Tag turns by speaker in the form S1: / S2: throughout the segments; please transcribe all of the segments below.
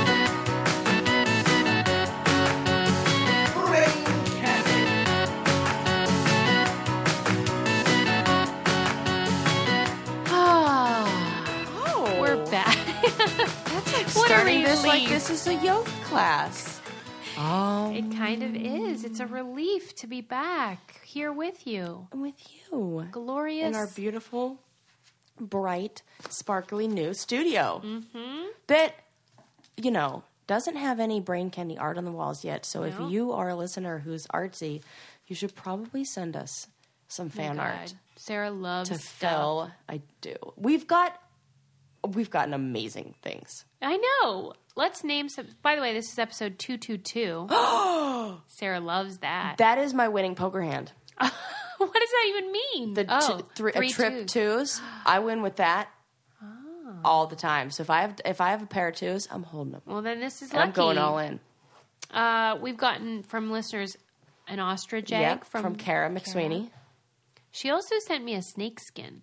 S1: Oh,
S2: Ah,
S1: That's like
S2: What a
S1: starting this like
S2: relief.
S1: this is a yoga class.
S3: Oh,
S2: It kind of is. It's a relief to be back here with you.
S1: I'm with you
S2: Glorious.
S1: in our beautiful, bright, sparkly new studio Mm-hmm. that you know doesn't have any brain candy art on the walls yet. So
S2: No.
S1: if you are a listener who's artsy, you should probably send us some
S2: Oh my
S1: fan art
S2: God. Sarah loves
S1: to
S2: stuff.
S1: fill. I do. We've got we've gotten amazing things.
S2: I know. Let's name some. By the way, this is episode 222. Sarah loves that.
S1: That is my winning poker hand.
S2: what does that even mean?
S1: The
S2: oh,
S1: t- three,
S2: three
S1: a trip
S2: twos. Ah.
S1: twos. I win with that all the time. So if I have if I have a pair of twos, I'm holding them.
S2: Well, then this is
S1: And
S2: lucky.
S1: I'm going all in.
S2: Uh, we've gotten from listeners an ostrich egg
S1: Yep,
S2: from,
S1: from, Kara McSweeney.
S2: She also sent me a snake skin.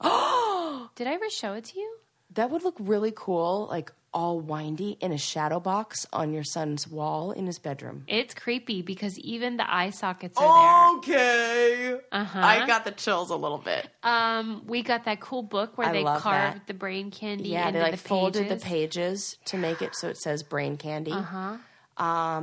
S2: Did I ever show it to you?
S1: That would look really cool, like all windy in a shadow box on your son's wall in his bedroom.
S2: It's creepy because even the eye sockets
S1: Oh!
S2: are
S1: Okay.
S2: Uh-huh.
S1: I got the chills a little bit.
S2: there. Um, we got that cool book where
S1: I
S2: they
S1: love
S2: carved
S1: that.
S2: the brain candy.
S1: Yeah,
S2: into
S1: they like
S2: the
S1: folded the
S2: pages. Uh-huh.
S1: pages to make it so it says brain candy. Uh huh. Um,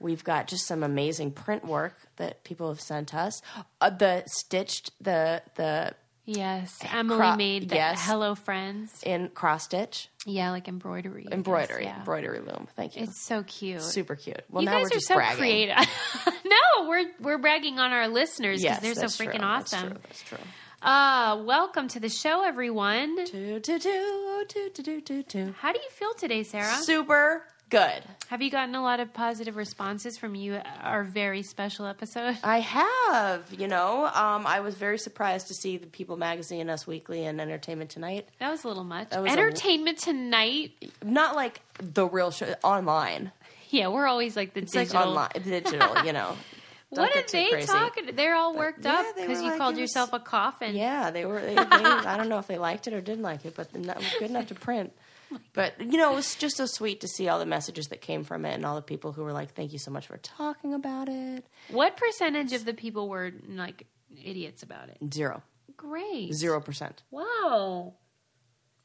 S1: we've got just some amazing print work that people have sent us. Uh, the stitched the the
S2: Yes, Emily
S1: cro-
S2: made the
S1: yes.
S2: Hello Friends.
S1: in cross stitch
S2: Yeah, like embroidery. I guess,
S1: embroidery
S2: yeah.
S1: embroidery loom. Thank you.
S2: It's so cute.
S1: Super cute. Well,
S2: you
S1: now
S2: guys
S1: we're
S2: are
S1: just
S2: so
S1: bragging.
S2: creative. no, we're we're bragging on our listeners because
S1: Yes,
S2: they're so
S1: that's
S2: freaking
S1: true.
S2: awesome.
S1: That's true.
S2: Uh, welcome to the show, everyone.
S1: That's true. Do, do, do, do, do, do, do, do.
S2: How do you feel today, Sarah?
S1: Super good.
S2: Have you gotten a lot of positive responses from you? Our very special episode.
S1: I have, you know, um, I was very surprised to see the People Magazine, Us Weekly, and Entertainment Tonight.
S2: That was a little much.
S1: was a-
S2: Entertainment Tonight.
S1: Not like the real show online.
S2: Yeah, we're always like the
S1: It's
S2: digital.
S1: like online, digital, you know. Don't
S2: what are
S1: get too
S2: they
S1: crazy.
S2: talking? They're all worked
S1: yeah,
S2: up
S1: they
S2: because
S1: were
S2: you
S1: like,
S2: called
S1: it was-
S2: yourself a coffin.
S1: Yeah, they were. They, they, I don't know if they liked it or didn't like it, but they're not good enough to print.
S2: Oh
S1: But you know, it was just so sweet to see all the messages that came from it and all the people who were like, "Thank you so much for talking about it."
S2: What percentage of the people were like idiots about it?
S1: Zero,
S2: Great.
S1: zero percent.
S2: Wow.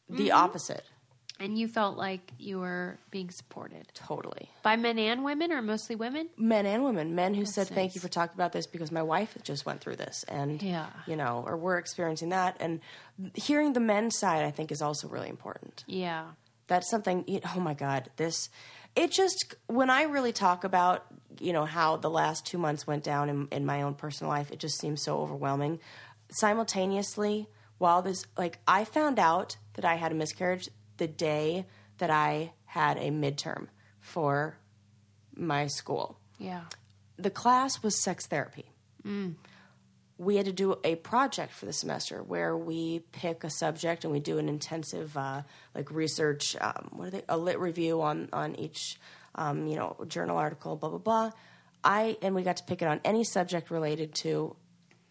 S1: The
S2: Mm-hmm.
S1: opposite,
S2: And you felt like you were being supported
S1: totally.
S2: by men and women, or mostly women?
S1: men and women, men who said,
S2: nice.
S1: Thank you for talking about this because my wife just went through this. And,
S2: Yeah.
S1: you know, or we're experiencing that. And hearing the men's side, I think, is also really important.
S2: Yeah.
S1: That's something, you oh my God, this, it just, when I really talk about, you know, how the last two months went down in, in my own personal life, it just seems so overwhelming. Simultaneously, while this, like, I found out that I had a miscarriage the day that I had a midterm for my school
S2: Yeah.
S1: the class was sex therapy. We had to do a project for the semester where we pick a subject and we do an intensive, uh, like research, um, what are they, a lit review on on each, um, you know, journal article, blah blah blah. I and we got to pick it on any subject related to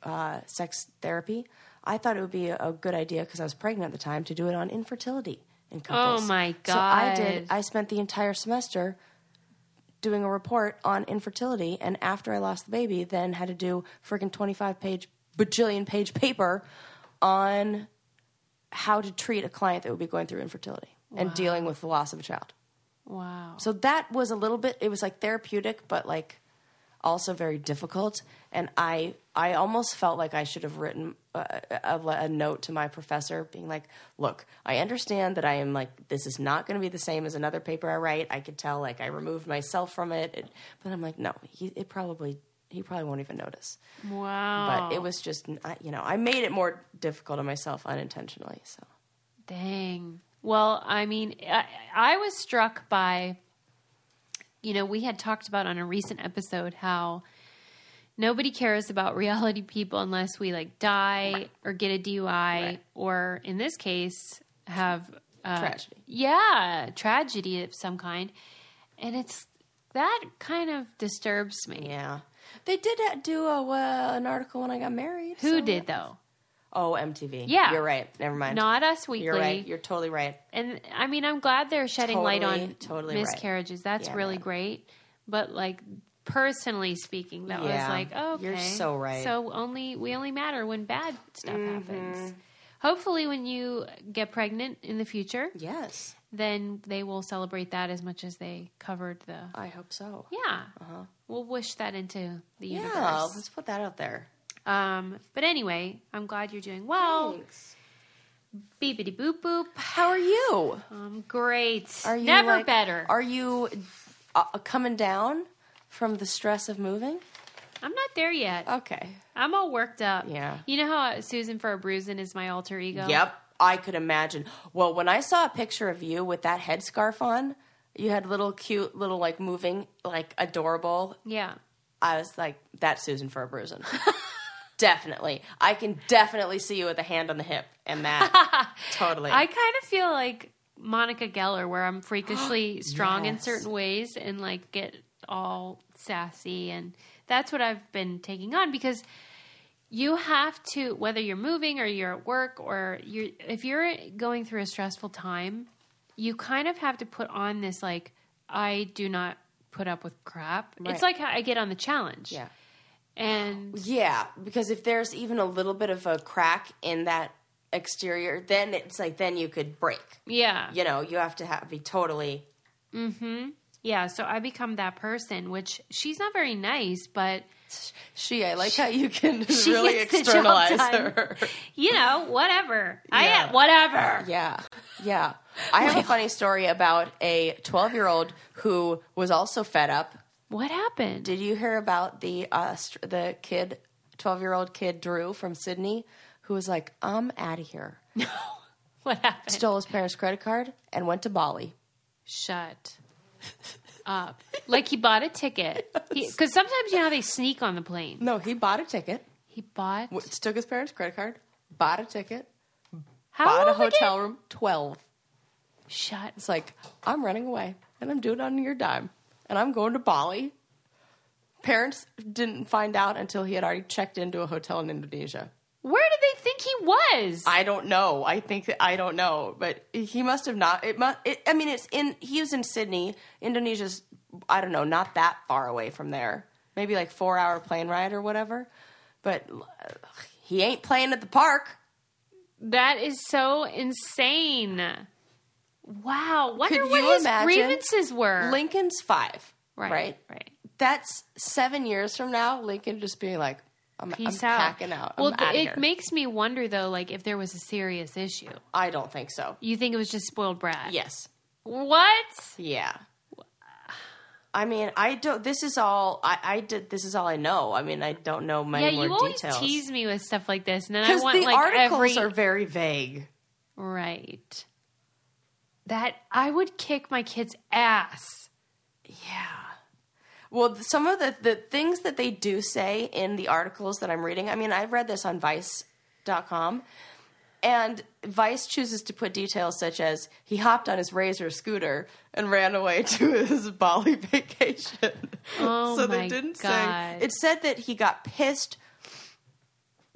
S1: uh, sex therapy. I thought it would be a, a good idea because I was pregnant at the time to do it on infertility in couples.
S2: my
S1: So I did.
S2: God.
S1: I spent the entire semester doing a report on infertility and after i lost the baby then had to do freaking 25 page bajillion page paper on how to treat a client that would be going through infertility and dealing with the loss of a child
S2: Wow.
S1: so that was a little bit it was like therapeutic but like also very difficult and i i almost felt like i should have written a, a, a note to my professor being like look i understand that i am like this is not going to be the same as another paper i write i could tell like i removed myself from it, it but i'm like no he it probably he probably won't even notice
S2: Wow.
S1: but it was just I- you know i made it more difficult on myself unintentionally so
S2: Dang. Well, I mean, I, I was struck by, you know, we had talked about on a recent episode how nobody cares about reality people unless we like die or get a DUI or, in this case, have uh,
S1: Tragedy.
S2: Yeah, tragedy of some kind, and it's that kind of disturbs me.
S1: yeah they did uh, do a, uh, an article when i got married
S2: Who
S1: so-
S2: did though?
S1: Oh, MTV.
S2: Yeah.
S1: You're right. Never mind.
S2: Not Us Weekly.
S1: You're right. You're totally right.
S2: and I mean, I'm glad they're shedding light
S1: Totally,
S2: on
S1: totally right.
S2: miscarriages. That's
S1: Yeah,
S2: really
S1: man.
S2: great. But like personally speaking, that
S1: Yeah.
S2: was like, oh,
S1: You're so right. Mm-hmm.
S2: So only we only matter when bad stuff happens. hopefully when you get pregnant in the future,
S1: Yes,
S2: then they will celebrate that as much as they covered the.
S1: I hope so.
S2: Yeah. We'll wish that into the
S1: Uh-huh. Yeah,
S2: universe.
S1: let's put that out there.
S2: Um, but anyway, I'm glad you're doing well. Beepity boop boop.
S1: How are you?
S2: Um, great.
S1: Are you
S2: Never
S1: like-
S2: better.
S1: Are you uh, coming down from the stress of moving?
S2: I'm not there yet.
S1: Okay.
S2: I'm all worked up.
S1: Yeah.
S2: You know how Susan for a bruising is my alter ego?
S1: Yep, I could imagine. Well, when I saw a picture of you with that headscarf on, you had little cute, little like moving, like adorable.
S2: Yeah.
S1: I was like, that's Susan for a bruising. definitely. I can definitely see you with a hand on the hip and that. totally.
S2: I kind of feel like Monica Geller, where I'm freakishly strong in
S1: Yes.
S2: certain ways and like get all sassy. And that's what I've been taking on because you have to, whether you're moving or you're at work or you're, if you're going through a stressful time, you kind of have to put on this like, I do not put up with crap.
S1: Right.
S2: It's like how I get on the challenge.
S1: yeah.
S2: And
S1: Yeah, because if there's even a little bit of a crack in that exterior, then it's like, then you could break.
S2: yeah.
S1: You know, you have to have, be totally.
S2: Yeah, so I become that person, which she's not very nice, but
S1: She, I like how you can
S2: She
S1: really
S2: gets the job
S1: externalize
S2: done.
S1: her.
S2: you know, whatever.
S1: Yeah.
S2: I whatever.
S1: Yeah. Yeah. I have a funny story about a 12 year old who was also fed up.
S2: What happened?
S1: Did you hear about the uh, str- the kid, 12 year old kid Drew from Sydney, who was like, I'm out of here,
S2: what happened?
S1: stole his parents' credit card, and went to Bali?
S2: Shut up. like he bought a ticket. Because sometimes, you know, how they sneak on the plane.
S1: No, he bought a ticket,
S2: He bought.
S1: w- took his parents' credit card, bought a ticket,
S2: How
S1: bought a
S2: old again?
S1: hotel room, 12.
S2: Shut.
S1: It's like, I'm running away and I'm doing it on your dime and I'm going to Bali. Parents didn't find out until he had already checked into a hotel in Indonesia.
S2: Where did they think he was?
S1: I don't know. I think that, I don't know, but he must have not. It must. It, I mean, it's in. He was in Sydney. Indonesia's. I don't know. Not that far away from there. Maybe like four hour plane ride or whatever. But uh, he ain't playing at the park.
S2: that is so insane. Wow. Wonder
S1: Could
S2: what
S1: you
S2: his
S1: imagine?
S2: grievances were.
S1: Lincoln's five.
S2: right.
S1: Right.
S2: Right.
S1: That's seven years from now. Lincoln just being like, I'm, I'm
S2: Peace out.
S1: packing out.
S2: Well,
S1: I'm outta
S2: it
S1: here.
S2: makes me wonder though, like if there was a serious issue.
S1: I don't think so.
S2: You think it was just spoiled brat?
S1: Yes.
S2: What?
S1: Yeah. I mean, I don't. This is all I, I did. This is all I know. I mean, I don't know many
S2: yeah,
S1: more
S2: you always
S1: details.
S2: tease me with stuff like this, and then I
S1: because
S2: want
S1: the
S2: like
S1: articles
S2: every
S1: are very vague.
S2: right. That I would kick my kid's ass.
S1: Yeah. Well, th- some of the the things that they do say in the articles that I'm reading. I mean, I've read this on Vice.com, and Vice chooses to put details such as he hopped on his Razor scooter and ran away to his Bali vacation.
S2: Oh
S1: so they
S2: my
S1: didn't
S2: God.
S1: say. It said that he got pissed.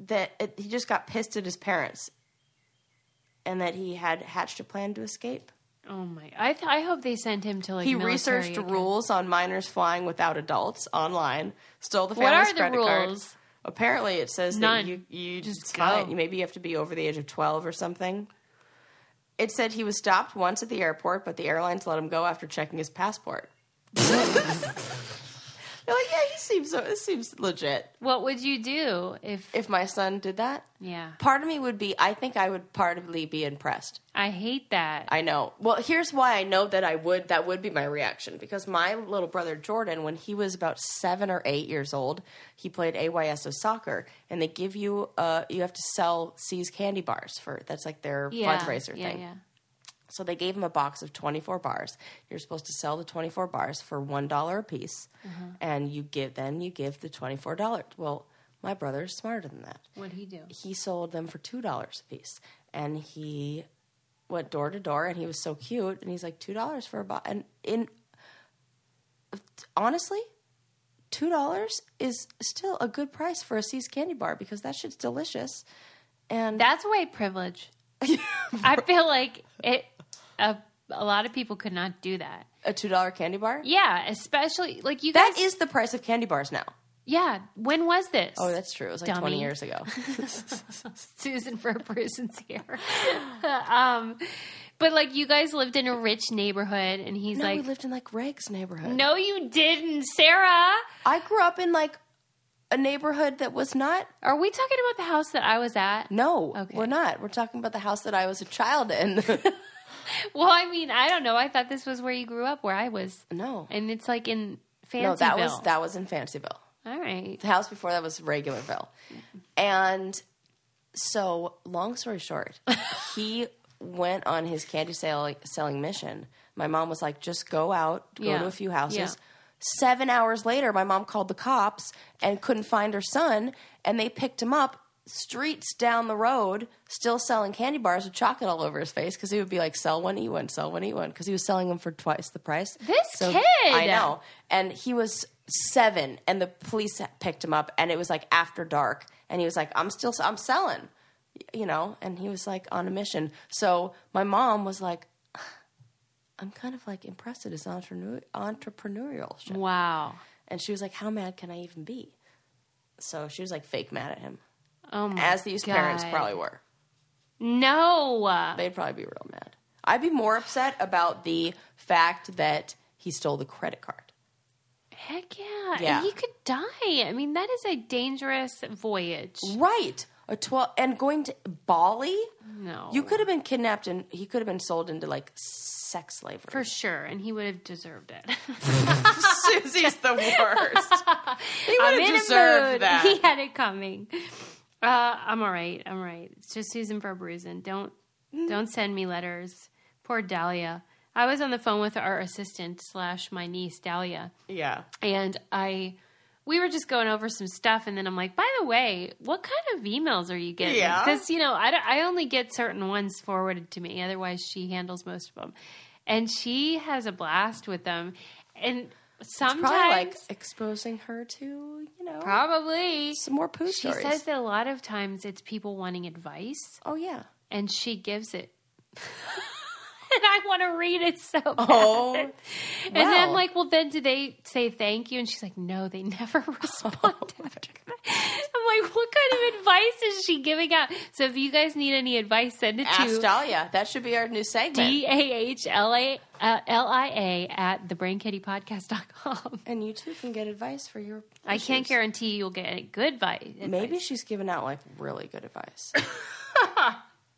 S1: That it, he just got pissed at his parents, and that he had hatched a plan to escape.
S2: Oh my! I th- I hope they sent him to like.
S1: He
S2: military
S1: researched
S2: acad-
S1: rules on minors flying without adults online. Stole the
S2: What
S1: family's
S2: are the
S1: credit
S2: rules?
S1: card. Apparently, it says
S2: None.
S1: that you you
S2: Just
S1: just fine.
S2: go.
S1: Maybe you have to be over the age of twelve or something. It said he was stopped once at the airport, but the airlines let him go after checking his passport. They're like, yeah, he seems so. It seems legit.
S2: What would you do if?
S1: If my son did that,
S2: Yeah,
S1: part of me would be. I think I would partly be impressed.
S2: I hate that.
S1: I know. Well, here's why I know that I would that would be my reaction because my little brother Jordan, when he was about seven or eight years old, he played AYSO soccer, and they give you uh you have to sell C's candy bars for that's like their
S2: yeah,
S1: fundraiser
S2: yeah,
S1: thing.
S2: Yeah.
S1: So they gave him a box of 24 bars. You're supposed to sell the 24 bars for one dollar a piece,
S2: Uh-huh.
S1: and you give then you give the 24 dollars. Well, my brother's smarter than that
S2: What'd he do?
S1: he sold them for two dollars a piece, and he went door to door, and he was so cute, and he's like two dollars for a box, and in honestly, two dollars is still a good price for a C's candy bar because that shit's delicious, and
S2: That's white privilege. I feel like it. A, a lot of people could not do that.
S1: a two dollar candy bar.
S2: Yeah, especially like you
S1: That
S2: guys.
S1: is the price of candy bars now.
S2: Yeah. When was this?
S1: Oh, that's true. It was like
S2: Dummy.
S1: 20 years ago.
S2: Susan for a person's here. um, but like you guys lived in a rich neighborhood, and he's
S1: no,
S2: like,
S1: we lived in like Greg's neighborhood.
S2: "No, you didn't, Sarah."
S1: I grew up in like a neighborhood that was not.
S2: Are we talking about the house that I was at?
S1: No,
S2: Okay.
S1: we're not. We're talking about the house that I was a child in.
S2: Well, I mean, I don't know. I thought this was where you grew up, where I was,
S1: no,
S2: and it's like in Fancyville.
S1: no, that was that was in Fancyville.
S2: All right.
S1: The house before that was Regularville, and so long story short, he went on his candy sale, selling mission. My mom was like, "Just go out, go
S2: Yeah.
S1: to a few houses."
S2: Yeah.
S1: Seven hours later, my mom called the cops and couldn't find her son, and they picked him up streets down the road, still selling candy bars with chocolate all over his face because he would be like, "Sell one, eat one, sell one, eat one," because he was selling them for twice the price.
S2: This kid!
S1: I know, and he was seven, and the police picked him up, and it was like after dark, and he was like, "I'm still, I'm selling," you know, and he was like on a mission. So my mom was like. I'm kind of like impressed at his entrepreneur- entrepreneurial
S2: Wow.
S1: and she was like, How mad can I even be? So she was like fake mad at him.
S2: Oh my
S1: As these parents
S2: God.
S1: probably were.
S2: No.
S1: They'd probably be real mad. I'd be more upset about the fact that he stole the credit card.
S2: Heck yeah.
S1: Yeah.
S2: He could die. I mean, that is a dangerous voyage.
S1: Right. A twelve and going to Bali?
S2: No.
S1: You could have been kidnapped and he could have been sold into like sex slavery.
S2: For sure. And he would have deserved it.
S1: Susie's the worst. He
S2: I'm
S1: would have
S2: in a mood.
S1: deserved that.
S2: He had it coming. Uh, I'm all right. I'm all right. It's just Susan for a bruising. Don't
S1: Mm.
S2: don't send me letters. Poor Dahlia. I was on the phone with our assistant slash my niece Dahlia,
S1: Yeah.
S2: and I we were just going over some stuff, and then I'm like, by the way, what kind of emails are you getting?
S1: Yeah.
S2: Because you know, I don't- I only get certain ones forwarded to me. Otherwise, she handles most of them, and she has a blast with them, and. Sometimes
S1: Probably like exposing her to, you know,
S2: Probably.
S1: some more poo
S2: She
S1: stories.
S2: says that a lot of times it's people wanting advice
S1: oh yeah.
S2: and she gives it. and I want to read it so bad.
S1: Oh,
S2: and then I'm
S1: wow.
S2: like, well, then do they say thank you? And she's like, no, they never
S1: Oh
S2: respond after that. I'm like, what kind of advice is she giving out? So if you guys need any advice, send it
S1: Ask
S2: to
S1: Dahlia. That should be our new segment.
S2: D A H L A L I A at thebrainkittypodcast.com.
S1: and you too can get advice for your.
S2: I can't
S1: issues.
S2: guarantee you'll get any good advice.
S1: Maybe she's giving out like really good advice.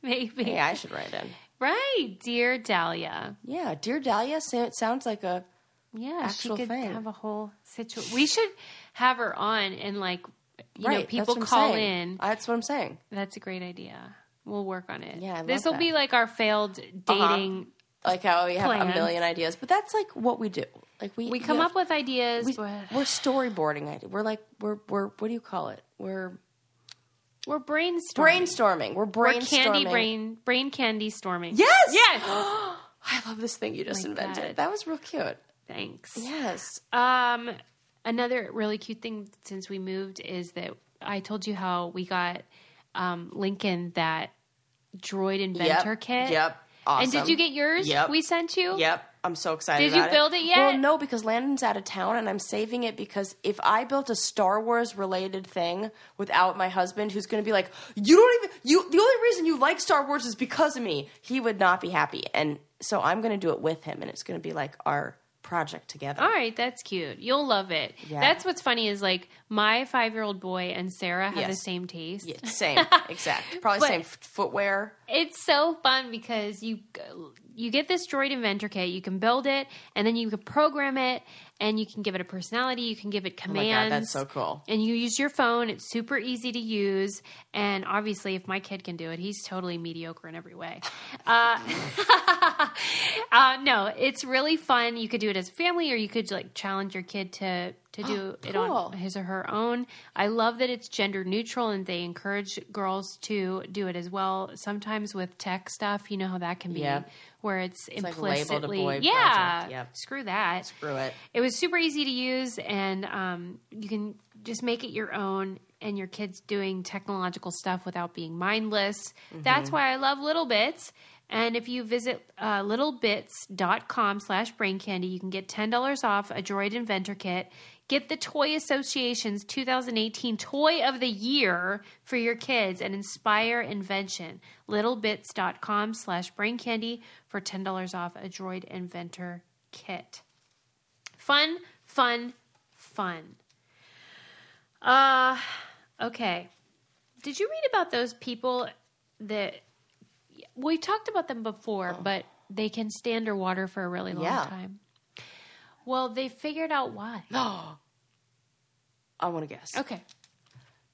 S2: Maybe.
S1: hey, I should write in.
S2: Right, dear Dahlia.
S1: Yeah, dear Dahlia, sa- it sounds like a.
S2: Yeah,
S1: Actual
S2: she could
S1: thing.
S2: have a whole situation. We should have her on and like, you
S1: right,
S2: know,
S1: that's
S2: people
S1: what I'm
S2: call
S1: saying.
S2: in.
S1: That's what I'm saying.
S2: That's a great idea. We'll work on it.
S1: Yeah, I love
S2: this will be
S1: that. Uh-huh.
S2: like our failed dating.
S1: Like how we have
S2: Plans.
S1: a million ideas, but that's like what we do. Like we
S2: We come
S1: have-
S2: up with ideas.
S1: We,
S2: but
S1: we're storyboarding. Ideas. We're like we're we're what do you call it? We're
S2: we're brainstorming.
S1: brainstorming. We're
S2: We're
S1: brainstorming.
S2: candy brain brain candy storming.
S1: Yes!
S2: yes.
S1: I love this thing you just
S2: My
S1: invented.
S2: God.
S1: That was real cute.
S2: Thanks.
S1: Yes.
S2: Um, another really cute thing since we moved is that I told you how we got um, Lincoln that droid inventor
S1: yep.
S2: kit.
S1: Yep. Awesome.
S2: And did you get yours?
S1: Yep.
S2: We sent you.
S1: Yep, I'm so excited.
S2: Did you
S1: about
S2: build it yet?
S1: Well, no, because Landon's out of town, and I'm saving it because if I built a Star Wars related thing without my husband, who's going to be like, "You don't even you." The only reason you like Star Wars is because of me. He would not be happy, and so I'm going to do it with him, and it's going to be like our project together.
S2: All right, that's cute. You'll love it.
S1: Yeah.
S2: That's what's funny is like my five year old boy and Sarah have the
S1: Yes.
S2: same taste.
S1: Yeah, same, exact, probably
S2: But-
S1: same f- footwear.
S2: It's so fun because you you get this droid inventor kit, you can build it, and then you can program it, and you can give it a personality, you can give it
S1: Oh my
S2: commands.
S1: god, that's so cool.
S2: and you use your phone. It's super easy to use. And obviously, if my kid can do it, he's totally mediocre in every way. Uh, uh, no, it's really fun. You could do it as a family, or you could like challenge your kid to to do it
S1: Oh, Cool.
S2: on his or her own. I love that it's gender neutral, and they encourage girls to do it as well. Sometimes with tech stuff, you know how that can be,
S1: Yeah.
S2: where it's,
S1: like labeled a
S2: implicitly,
S1: boy
S2: yeah,
S1: project. Yep.
S2: screw that.
S1: Screw it.
S2: It was super easy to use, and um, you can just make it your own. And your kids doing technological stuff without being mindless. That's why I love Little Bits. And if you visit uh, littlebits.com slash brain candy, you can get $10 off a droid inventor kit. Get the Toy Association's 2018 Toy of the Year for your kids and inspire invention. Littlebits.com slash brain candy for $10 off a droid inventor kit. Fun, fun, fun. Uh, okay. Did you read about those people that we talked about them before, but they can stay underwater for a really long
S1: Yeah.
S2: time? Well, they figured out why.
S1: No. I want to guess.
S2: Okay.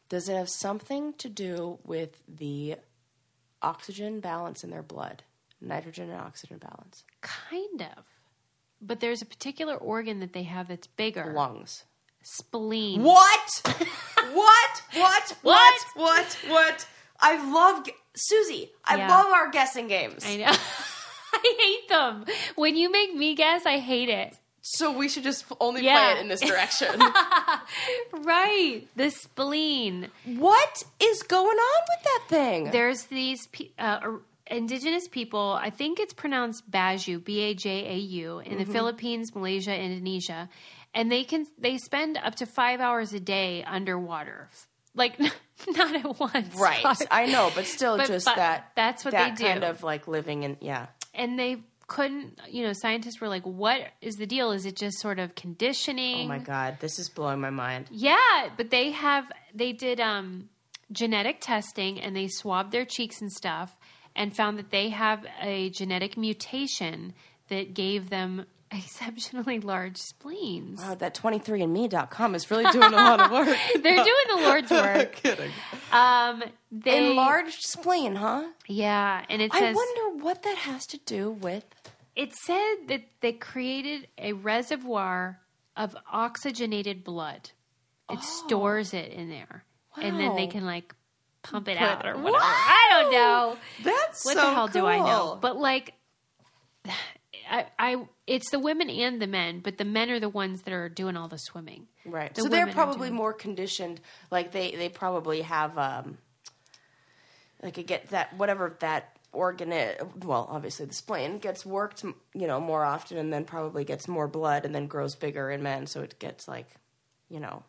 S1: Does it have something to do with the oxygen balance in their blood? Nitrogen and oxygen balance.
S2: Kind of. But there's a particular organ that they have that's bigger.
S1: Lungs.
S2: Spleen.
S1: What? what? What?
S2: What?
S1: What? What? What? I love gu- Susie. I
S2: Yeah.
S1: love our guessing games.
S2: I know. I hate them. When you make me guess, I hate it.
S1: So we should just only
S2: Yeah.
S1: play it in this direction.
S2: Right. The spleen.
S1: what is going on with that thing?
S2: There's these pe- uh, or- indigenous people. I think it's pronounced Baju, B A J A U, in
S1: Mm-hmm.
S2: the Philippines, Malaysia, Indonesia, and they can they spend up to five hours a day underwater, like not at once,
S1: right. I know, but still,
S2: But-
S1: just
S2: but
S1: that.
S2: that's what
S1: that
S2: they do.
S1: kind of like living in. Yeah.
S2: and they couldn't. You know, scientists were like, "What is the deal? Is it just sort of conditioning?"
S1: Oh my god, this is blowing my mind.
S2: Yeah, but they have they did um genetic testing and they swabbed their cheeks and stuff and found that they have a genetic mutation that gave them exceptionally large spleens.
S1: Wow, that 23andme.com is really doing a lot of work.
S2: They're doing the Lord's work.
S1: Kidding.
S2: Um they
S1: Enlarged spleen, huh?
S2: Yeah, and it
S1: I
S2: says
S1: wonder what that has to do with.
S2: it said that they created a reservoir of oxygenated blood. It stores it in there. And then they
S1: Oh. Wow.
S2: can like pump it out or whatever. I don't know.
S1: That's
S2: what the hell do I know? But like, I, I, it's the women and the men, but the men are the ones that are doing all the swimming.
S1: Right.
S2: The
S1: so they're
S2: women are
S1: probably
S2: doing-
S1: more conditioned. Like they, they probably have um, like it get that whatever that organ is. Well, obviously the spleen gets worked, m- you know, more often, and then probably gets more blood, and then grows bigger in men. So it gets like, you know,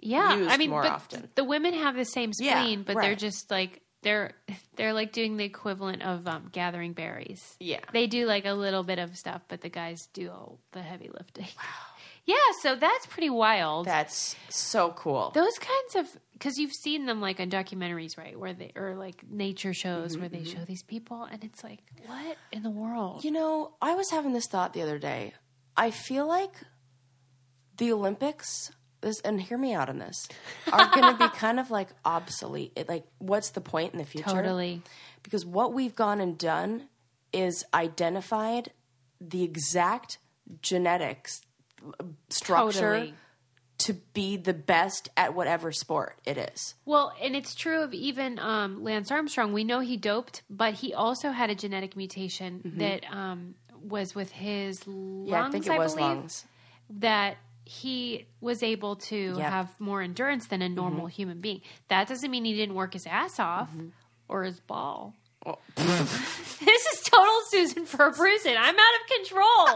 S2: Yeah, I
S1: used
S2: mean,
S1: more
S2: but
S1: often.
S2: the women have the same
S1: Yeah,
S2: spleen, but they're
S1: right.
S2: just like they're they're like doing the equivalent of um, gathering berries.
S1: Yeah.
S2: they do like a little bit of stuff, but the guys do all the heavy lifting. Wow. Yeah, so that's pretty wild.
S1: that's so cool.
S2: those kinds of because you've seen them like on documentaries right where they or like nature shows
S1: Mm-hmm,
S2: where they show these people and it's like what in the world
S1: You know, I was having this thought the other day. I feel like the Olympics this and hear me out on this are going to be kind of like obsolete. It, like what's the point in the future?
S2: Totally.
S1: Because what we've gone and done is identified the exact genetics uh, structure
S2: Totally.
S1: to be the best at whatever sport it is.
S2: Well, and it's true of even um, Lance Armstrong. We know he doped, but he also had a genetic mutation that um, was with his lungs.
S1: Mm-hmm. Yeah, I think it was
S2: believe,
S1: lungs.
S2: that he was able to
S1: Yep. Mm-hmm.
S2: have more endurance than a normal human being. That doesn't mean he didn't work his ass off or his ball.
S1: Oh.
S2: this is total Susan for a prison. I'm out of control.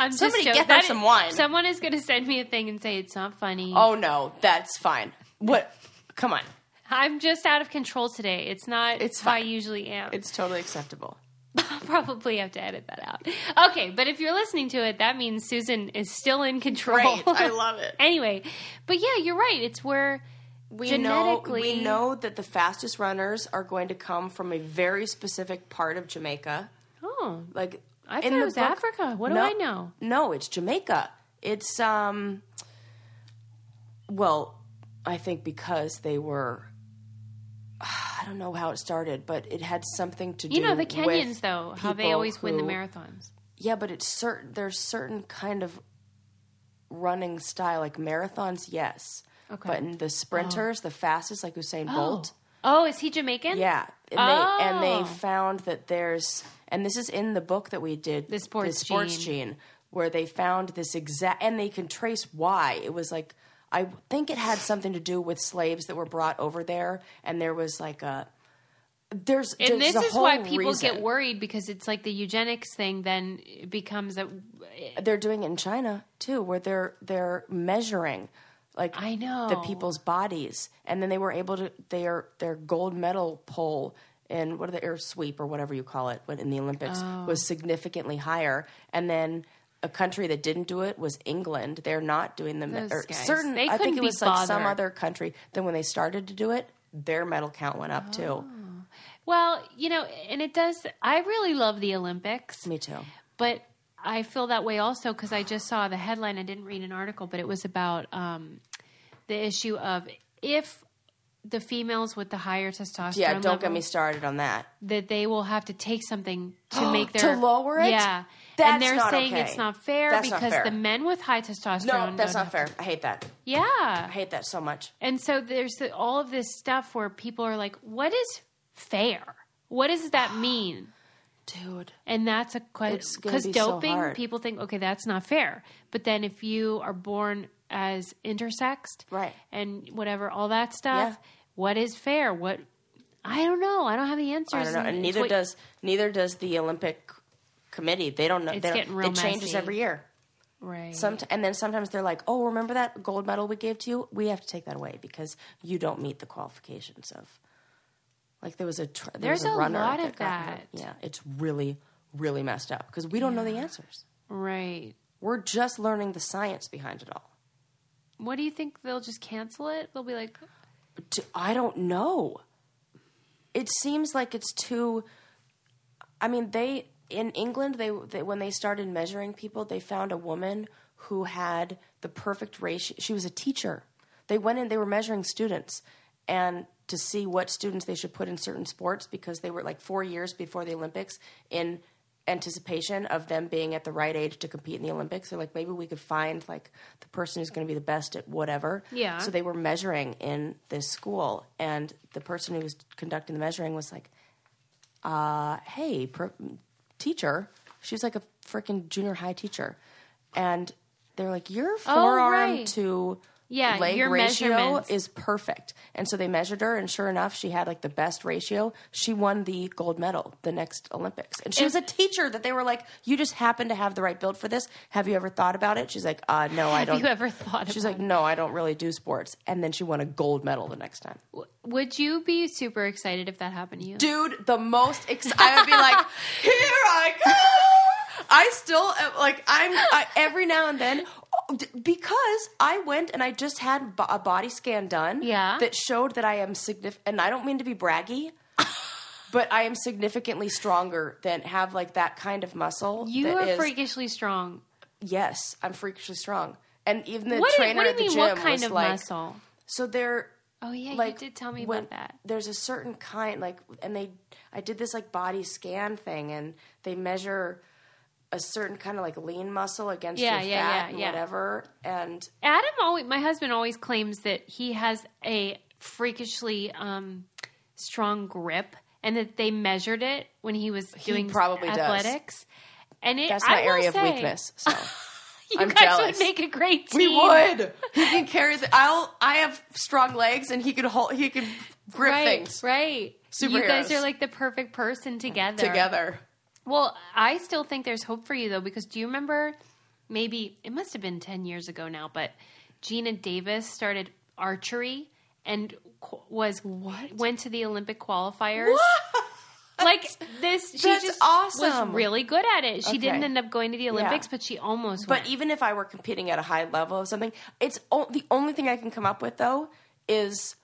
S2: I'm just
S1: Somebody
S2: joking.
S1: get her
S2: That-
S1: some wine.
S2: Someone is going to send me a thing and say it's not funny.
S1: Oh no, that's fine. What? Come on.
S2: I'm just out of control today. It's not
S1: It's
S2: how I
S1: fine.
S2: usually am.
S1: It's totally acceptable.
S2: I'll probably have to edit that out. Okay, but if you're listening to it, that means Susan is still in control.
S1: Great. I love it.
S2: anyway, but yeah, you're right. It's where
S1: we
S2: genetically
S1: know we know that the fastest runners are going to come from a very specific part of Jamaica.
S2: Oh,
S1: Like
S2: I
S1: in
S2: thought it
S1: the
S2: was
S1: book-
S2: Africa. What do
S1: No.
S2: I know?
S1: No, it's Jamaica. It's um well, I think because they were I don't know how it started, but it had something to do
S2: You know the
S1: with
S2: Kenyans though, how they
S1: people
S2: always win the
S1: who-
S2: marathons.
S1: Yeah, but it's certain there's certain kind of running style like marathons, yes.
S2: Okay.
S1: But in the sprinters, the fastest like Usain Bolt.
S2: Oh, is he Jamaican?
S1: Yeah, and they and
S2: Oh.
S1: they found that there's and this is in the book that we did
S2: The sports
S1: gene. where they found this exact and they can trace why it was like I think it had something to do with slaves that were brought over there and there was like a There's
S2: and
S1: there's
S2: this
S1: a
S2: is why
S1: whole
S2: people get
S1: reason.
S2: worried because it's like the eugenics thing then it becomes a
S1: They're doing it in China too, where they're they're measuring like
S2: I know.
S1: the people's bodies, and then they were able to their their gold medal poll in what are the air sweep or whatever you call it when- in the Olympics
S2: Oh.
S1: was significantly higher, and then. A country that didn't do it was England. They're not doing the me-
S2: Those
S1: or
S2: guys,
S1: certain.
S2: they
S1: I
S2: couldn't
S1: think it
S2: be
S1: was like some
S2: bothered.
S1: other country. Then when they started to do it, their medal count went up
S2: Oh.
S1: too.
S2: well, you know, and it does I really love the Olympics.
S1: Me too.
S2: But I feel that way also because I just saw the headline. I didn't read an article, but it was about um, the issue of if the females with the higher testosterone
S1: Yeah, don't get
S2: level,
S1: me started on that.
S2: that they will have to take something to make
S1: To
S2: their
S1: lower it?
S2: Yeah,
S1: That's
S2: and they're
S1: not
S2: saying
S1: okay.
S2: it's not fair
S1: That's not
S2: because
S1: fair.
S2: the men with high testosterone.
S1: No, that's
S2: don't
S1: not fair. I hate that.
S2: have- Yeah,
S1: I hate that so much.
S2: and so there's the, all of this stuff where people are like, "What is fair? What does that mean?"
S1: Dude.
S2: And that's a
S1: It's
S2: question
S1: gonna
S2: because
S1: be so
S2: doping,
S1: hard.
S2: people think, okay, that's not fair. But then if you are born as intersexed,
S1: Right.
S2: and whatever, all that stuff,
S1: Yeah.
S2: what is fair? What I don't know. I don't have the answers.
S1: I don't know.
S2: and
S1: And
S2: it's
S1: neither
S2: what-
S1: does neither does the Olympic committee. They don't know.
S2: It's
S1: they don't,
S2: getting real
S1: it changes
S2: messy.
S1: every year.
S2: right.
S1: Some, and then sometimes they're like, "Oh, remember that gold medal we gave to you? We have to take that away because you don't meet the qualifications of." Like there was a tr- there was
S2: There's a
S1: runner
S2: lot of
S1: got hurt.
S2: that.
S1: Yeah, it's really really messed up because we don't know the answers.
S2: right.
S1: We're just learning the science behind it all.
S2: What do you think? They'll just cancel it. They'll be like,
S1: Do- I don't know. It seems like it's too. I mean, they in England they, they when they started measuring people, they found a woman who had the perfect ratio. She was a teacher. They went in. They were measuring students and to see what students they should put in certain sports because they were like four years before the Olympics in anticipation of them being at the right age to compete in the Olympics. They're like, maybe we could find like the person who's going to be the best at whatever.
S2: Yeah.
S1: So they were measuring in this school, and the person who was conducting the measuring was like, uh, "Hey, pro- teacher," she was like a freaking junior high teacher, and they're like, "Your forearm
S2: Oh, right.
S1: to
S2: Yeah,
S1: leg
S2: your
S1: ratio
S2: measurements.
S1: is perfect," and so they measured her, and sure enough, she had like the best ratio. She won the gold medal the next Olympics, and she was a teacher that they were like, "You just happen to have the right build for this. Have you ever thought about it?" She's like, "Uh, no, I don't."
S2: "Have you ever thought?"
S1: She's
S2: about
S1: like, no, I don't really do sports. And then she won a gold medal the next time.
S2: it? "Would you be super excited if that happened to you?"
S1: Dude, the most ex- I would be like, here I go. I still am- like I'm I, every now and then oh, d- because I went and I just had bo- a body scan done.
S2: Yeah.
S1: that showed that I am significant. And I don't mean to be braggy. But I am significantly stronger than have like that kind of muscle.
S2: You
S1: that
S2: are
S1: is-
S2: freakishly strong.
S1: Yes, I'm freakishly strong. And even the
S2: What do, you-
S1: trainer
S2: what do
S1: at the
S2: you mean?
S1: gym
S2: What kind
S1: was
S2: of
S1: like,
S2: muscle?
S1: So they're
S2: Oh yeah,
S1: like
S2: you did tell me
S1: when-
S2: about that.
S1: There's a certain kind, like, and they, I did this like body scan thing, and they measure a certain kind of like lean muscle against
S2: Yeah,
S1: your
S2: yeah,
S1: fat
S2: yeah,
S1: and
S2: yeah.
S1: whatever. And
S2: Adam always, my husband always claims that he has a freakishly um, strong grip, and that they measured it when he was doing
S1: probably does.
S2: athletics. And it,
S1: that's
S2: I
S1: my
S2: will
S1: area
S2: say,
S1: of weakness. So
S2: You
S1: I'm
S2: guys
S1: jealous.
S2: would make a great team.
S1: we would. He can carry the. I'll. I have strong legs, and he could hold. He could grip
S2: right,
S1: things
S2: right? You
S1: Superheroes.
S2: guys are like the perfect person together.
S1: together.
S2: Well, I still think there's hope for you though, because do you remember? Maybe it must have been ten years ago now, but Gina Davis started archery and qu- was what went to the Olympic qualifiers. Like this, she
S1: That's
S2: just
S1: awesome.
S2: was really good at it. She
S1: Okay.
S2: didn't end up going to the Olympics, but she almost.
S1: But
S2: went.
S1: even if I were competing at a high level of something, it's o- the only thing I can come up with though is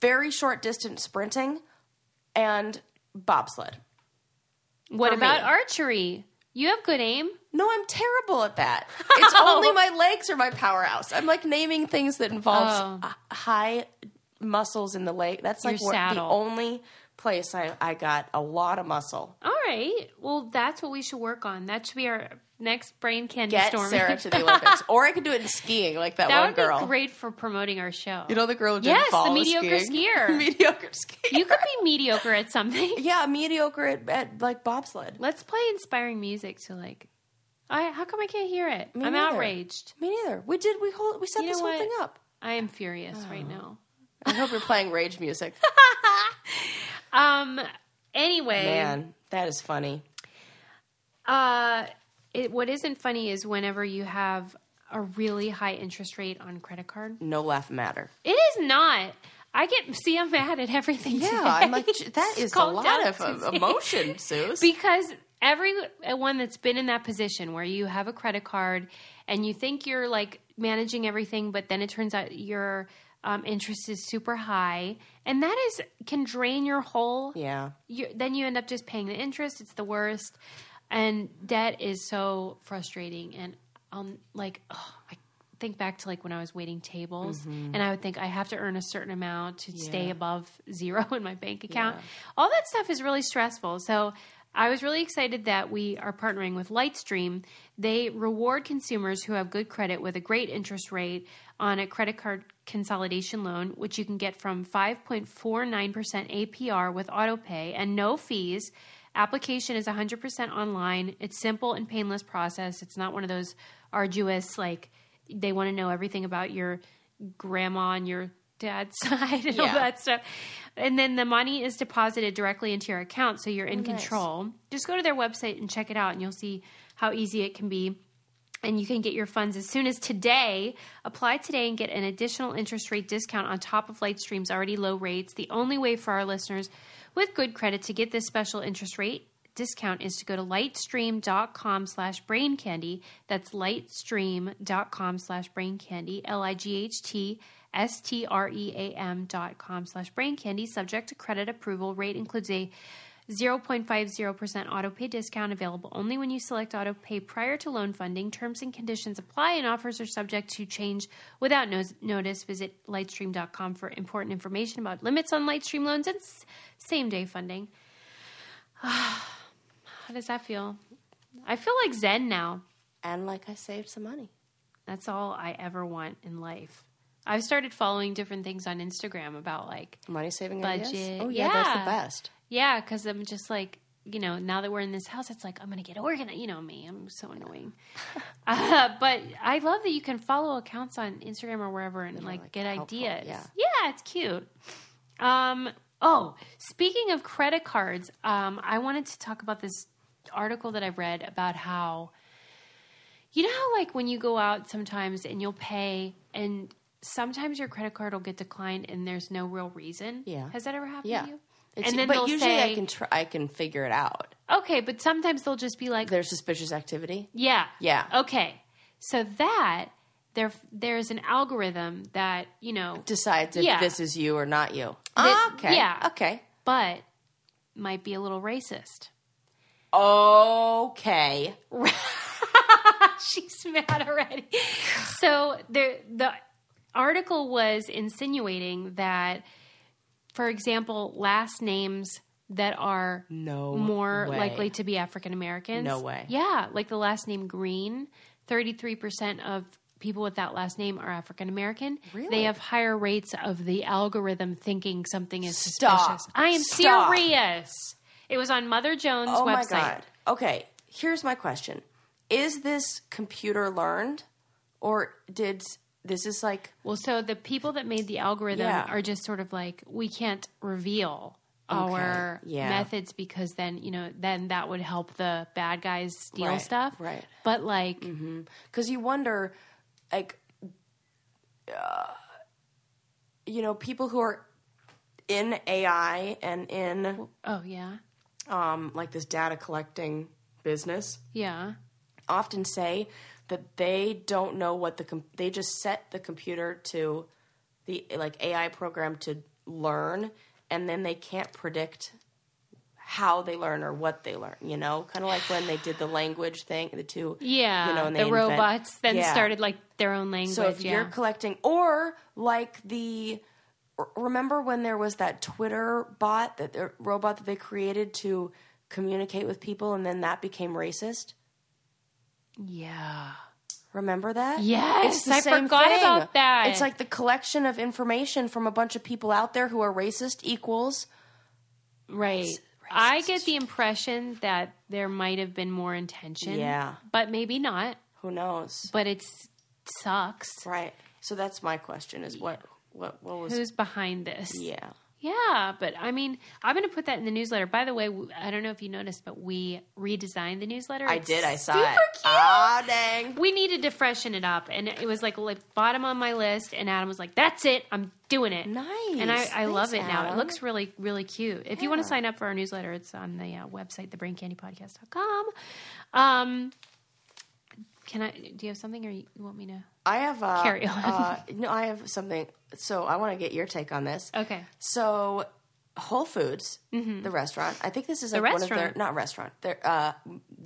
S1: very short distance sprinting and bobsled.
S2: what
S1: for
S2: about
S1: me.
S2: archery? You have good aim.
S1: No, I'm terrible at that. It's only my legs are my powerhouse. I'm like naming things that involves
S2: Oh.
S1: uh, high muscles in the leg. That's like
S2: Your
S1: where- the
S2: saddle.
S1: only place I, I got a lot of muscle.
S2: All right. Well, that's what we should work on. That should be our next brain candy
S1: Get
S2: storm.
S1: Sarah to the Olympics, or I could do it in skiing, like that,
S2: that
S1: one
S2: would
S1: girl.
S2: be great for promoting our show.
S1: You know the girl who didn't
S2: Yes, the
S1: fall
S2: mediocre
S1: skiing?
S2: skier.
S1: mediocre skier.
S2: You could be mediocre at something.
S1: Yeah, mediocre at, at like bobsled.
S2: Let's play inspiring music to like. I how come I can't hear it?
S1: Me
S2: I'm
S1: neither.
S2: outraged.
S1: Me neither. We did. We hold. We set
S2: You
S1: this
S2: know
S1: whole
S2: what?
S1: thing up. Oh.
S2: I am furious right now.
S1: I hope you're playing rage music.
S2: Um. Anyway,
S1: Man, that is funny.
S2: Uh, it, what isn't funny is whenever you have a really high interest rate on credit card.
S1: No laugh matter.
S2: It is not. I get see, I'm mad at everything.
S1: Yeah,
S2: today.
S1: I'm like "J- that is a
S2: Calm
S1: lot
S2: down,
S1: of uh,
S2: Susie.
S1: emotion, Suze.
S2: because everyone that's been in that position where you have a credit card and you think you're like managing everything, but then it turns out your um, interest is super high, and that is can drain your whole
S1: yeah,
S2: you, then you end up just paying the interest. It's the worst, and debt is so frustrating. And um, like, oh, I think back to like when I was waiting tables, and I would think I have to earn a certain amount to stay above zero in my bank account. All that stuff is really stressful. So. I was really excited that we are partnering with Lightstream. They reward consumers who have good credit with a great interest rate on a credit card consolidation loan, which you can get from 5.49% APR with autopay and no fees. Application is 100% online. It's simple and painless process. It's not one of those arduous like they want to know everything about your grandma and your dad's side and all
S1: Yeah.
S2: that stuff. And then the money is deposited directly into your account, so you're in control. Just go to their website and check it out, and you'll see how easy it can be. And you can get your funds as soon as today. Apply today and get an additional interest rate discount on top of Lightstream's already low rates. The only way for our listeners with good credit to get this special interest rate discount is to go to lightstream.com slash brain candy. That's lightstream.com slash brain candy, L I G H T S T R E A M dot com slash brain candy, subject to credit approval. Rate includes a 0.50% auto pay discount available only when you select auto pay prior to loan funding. Terms and conditions apply and offers are subject to change without no- notice. Visit lightstream.com for important information about limits on Lightstream loans and s- same day funding. How does that feel? I feel like Zen now.
S1: and like I saved some money.
S2: That's all I ever want in life. I've started following different things on Instagram about like
S1: Money saving
S2: Budget.
S1: ideas. Oh yeah, that's
S2: Yeah.
S1: the best.
S2: Yeah, because I'm just like, you know, now that we're in this house, it's like, I'm going to get organized. You know me, I'm so annoying. uh, but I love that you can follow accounts on Instagram or wherever and like,
S1: like,
S2: get
S1: helpful,
S2: ideas.
S1: yeah.
S2: yeah, it's cute. Um, oh, speaking of credit cards, um, I wanted to talk about this article that I read about how, you know, how like when you go out sometimes and you'll pay and sometimes your credit card will get declined and there's no real reason.
S1: Yeah.
S2: Has that ever happened
S1: Yeah.
S2: to you?
S1: It's,
S2: and then
S1: but
S2: they'll
S1: usually
S2: say,
S1: I can try, I can figure it out.
S2: okay, but sometimes they'll just be like,
S1: There's suspicious activity.
S2: yeah,
S1: Yeah.
S2: okay. So that there, there's an algorithm that you know,
S1: Decides if
S2: Yeah.
S1: this is you or not you.
S2: That-
S1: okay.
S2: yeah.
S1: Okay.
S2: but might be a little racist.
S1: Okay.
S2: She's mad already. So the the article was insinuating that, for example, last names that are
S1: No.
S2: more
S1: way.
S2: likely to be African Americans.
S1: No way.
S2: Yeah, like the last name Green, 33% of people with that last name are African American. They
S1: Really?
S2: have higher rates of the algorithm thinking something is
S1: Stop.
S2: suspicious. I am
S1: Stop.
S2: serious. It was on Mother Jones'
S1: Oh my
S2: website.
S1: god. Okay. Here's my question: Is this computer learned, or did this is like
S2: Well, so the people that made the algorithm
S1: Yeah.
S2: are just sort of like we can't reveal our
S1: yeah.
S2: methods because then you know then that would help the bad guys steal
S1: Right,
S2: stuff.
S1: right. Mm-hmm.
S2: But like
S1: because you wonder, like, uh, you know, people who are in AI and in
S2: oh yeah.
S1: um, like this data collecting business
S2: Yeah.
S1: often say that they don't know what the com- they just set the computer to the like AI program to learn, and then they can't predict how they learn or what they learn. You know, kind of like when they did the language thing, the two,
S2: Yeah.
S1: you know, and
S2: the
S1: they invent-
S2: robots then
S1: Yeah.
S2: started like their own language.
S1: So if
S2: yeah.
S1: you're collecting, or like the, r- remember when there was that Twitter bot that the robot that they created to communicate with people, and then that became racist.
S2: yeah.
S1: Remember that?
S2: Yes, I forgot about that.
S1: It's like the collection of information from a bunch of people out there who are racist equals.
S2: Right. I get the impression that there might have been more intention.
S1: Yeah.
S2: But maybe not.
S1: Who knows?
S2: But it's sucks.
S1: Right. So that's my question: is what what what was?
S2: Who's behind this?
S1: yeah.
S2: Yeah, but I mean, I'm going to put that in the newsletter. By the way, w- I don't know if you noticed, but we redesigned the newsletter.
S1: I
S2: It's
S1: did. I saw
S2: super
S1: it.
S2: Cute.
S1: Ah, dang.
S2: we needed to freshen it up, and it was like, like bottom on my list. And Adam was like, "That's it. I'm doing it."
S1: Nice.
S2: And I, I
S1: Thanks,
S2: love it now. It
S1: Adam.
S2: looks really, really cute. If you want
S1: Yeah.
S2: to sign up for our newsletter, it's on the uh, website, thebraincandypodcast.com. Um, can I? Do you have something, or you you want me to?
S1: I have uh,
S2: Carry on.
S1: uh, no, I have something. So I want to get your take on this.
S2: Okay.
S1: So Whole Foods, the restaurant. I think this is like one of their
S2: Mm-hmm. restaurant.
S1: not restaurant, their uh,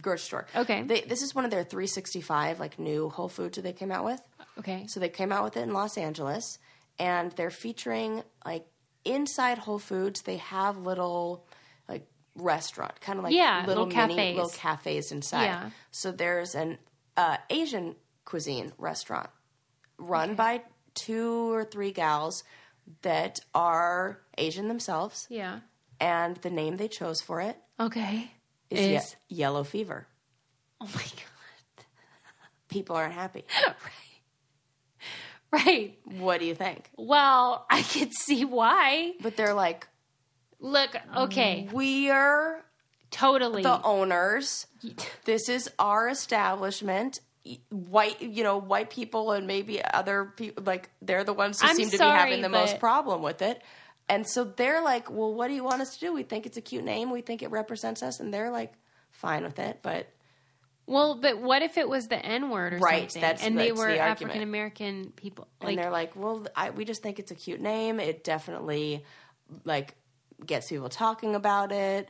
S1: grocery store.
S2: Okay.
S1: They, this is one of their 365 like new Whole Foods that they came out with.
S2: Okay.
S1: So they came out with it in Los Angeles, and they're featuring like inside Whole Foods. They have little like restaurant, kind of like
S2: Yeah,
S1: little,
S2: little
S1: mini
S2: cafes.
S1: little cafes inside.
S2: Yeah.
S1: So there's an uh, Asian cuisine restaurant run by two or three gals that are Asian themselves,
S2: Yeah.
S1: and the name they chose for it
S2: Okay.
S1: is, Ye- Yellow Fever.
S2: Oh my god.
S1: People aren't happy.
S2: right. Right.
S1: What do you think?
S2: Well, I could see why.
S1: But they're like,
S2: Look, okay,
S1: we're
S2: totally.
S1: Mm. the owners. This is our establishment. White, you know, white people and maybe other people, like they're the ones who
S2: I'm
S1: seem to
S2: sorry,
S1: be having the most
S2: but-
S1: problem with it. And so they're like, "Well, what do you want us to do? We think it's a cute name. We think it represents us." And they're like, "Fine with it." But
S2: well, but what if it was the N word or
S1: Right,
S2: something?
S1: that's-
S2: and they
S1: that's
S2: were
S1: the argument.
S2: African American people.
S1: and
S2: Like,
S1: they're like, "Well, I, we just think it's a cute name. It definitely like gets people talking about it."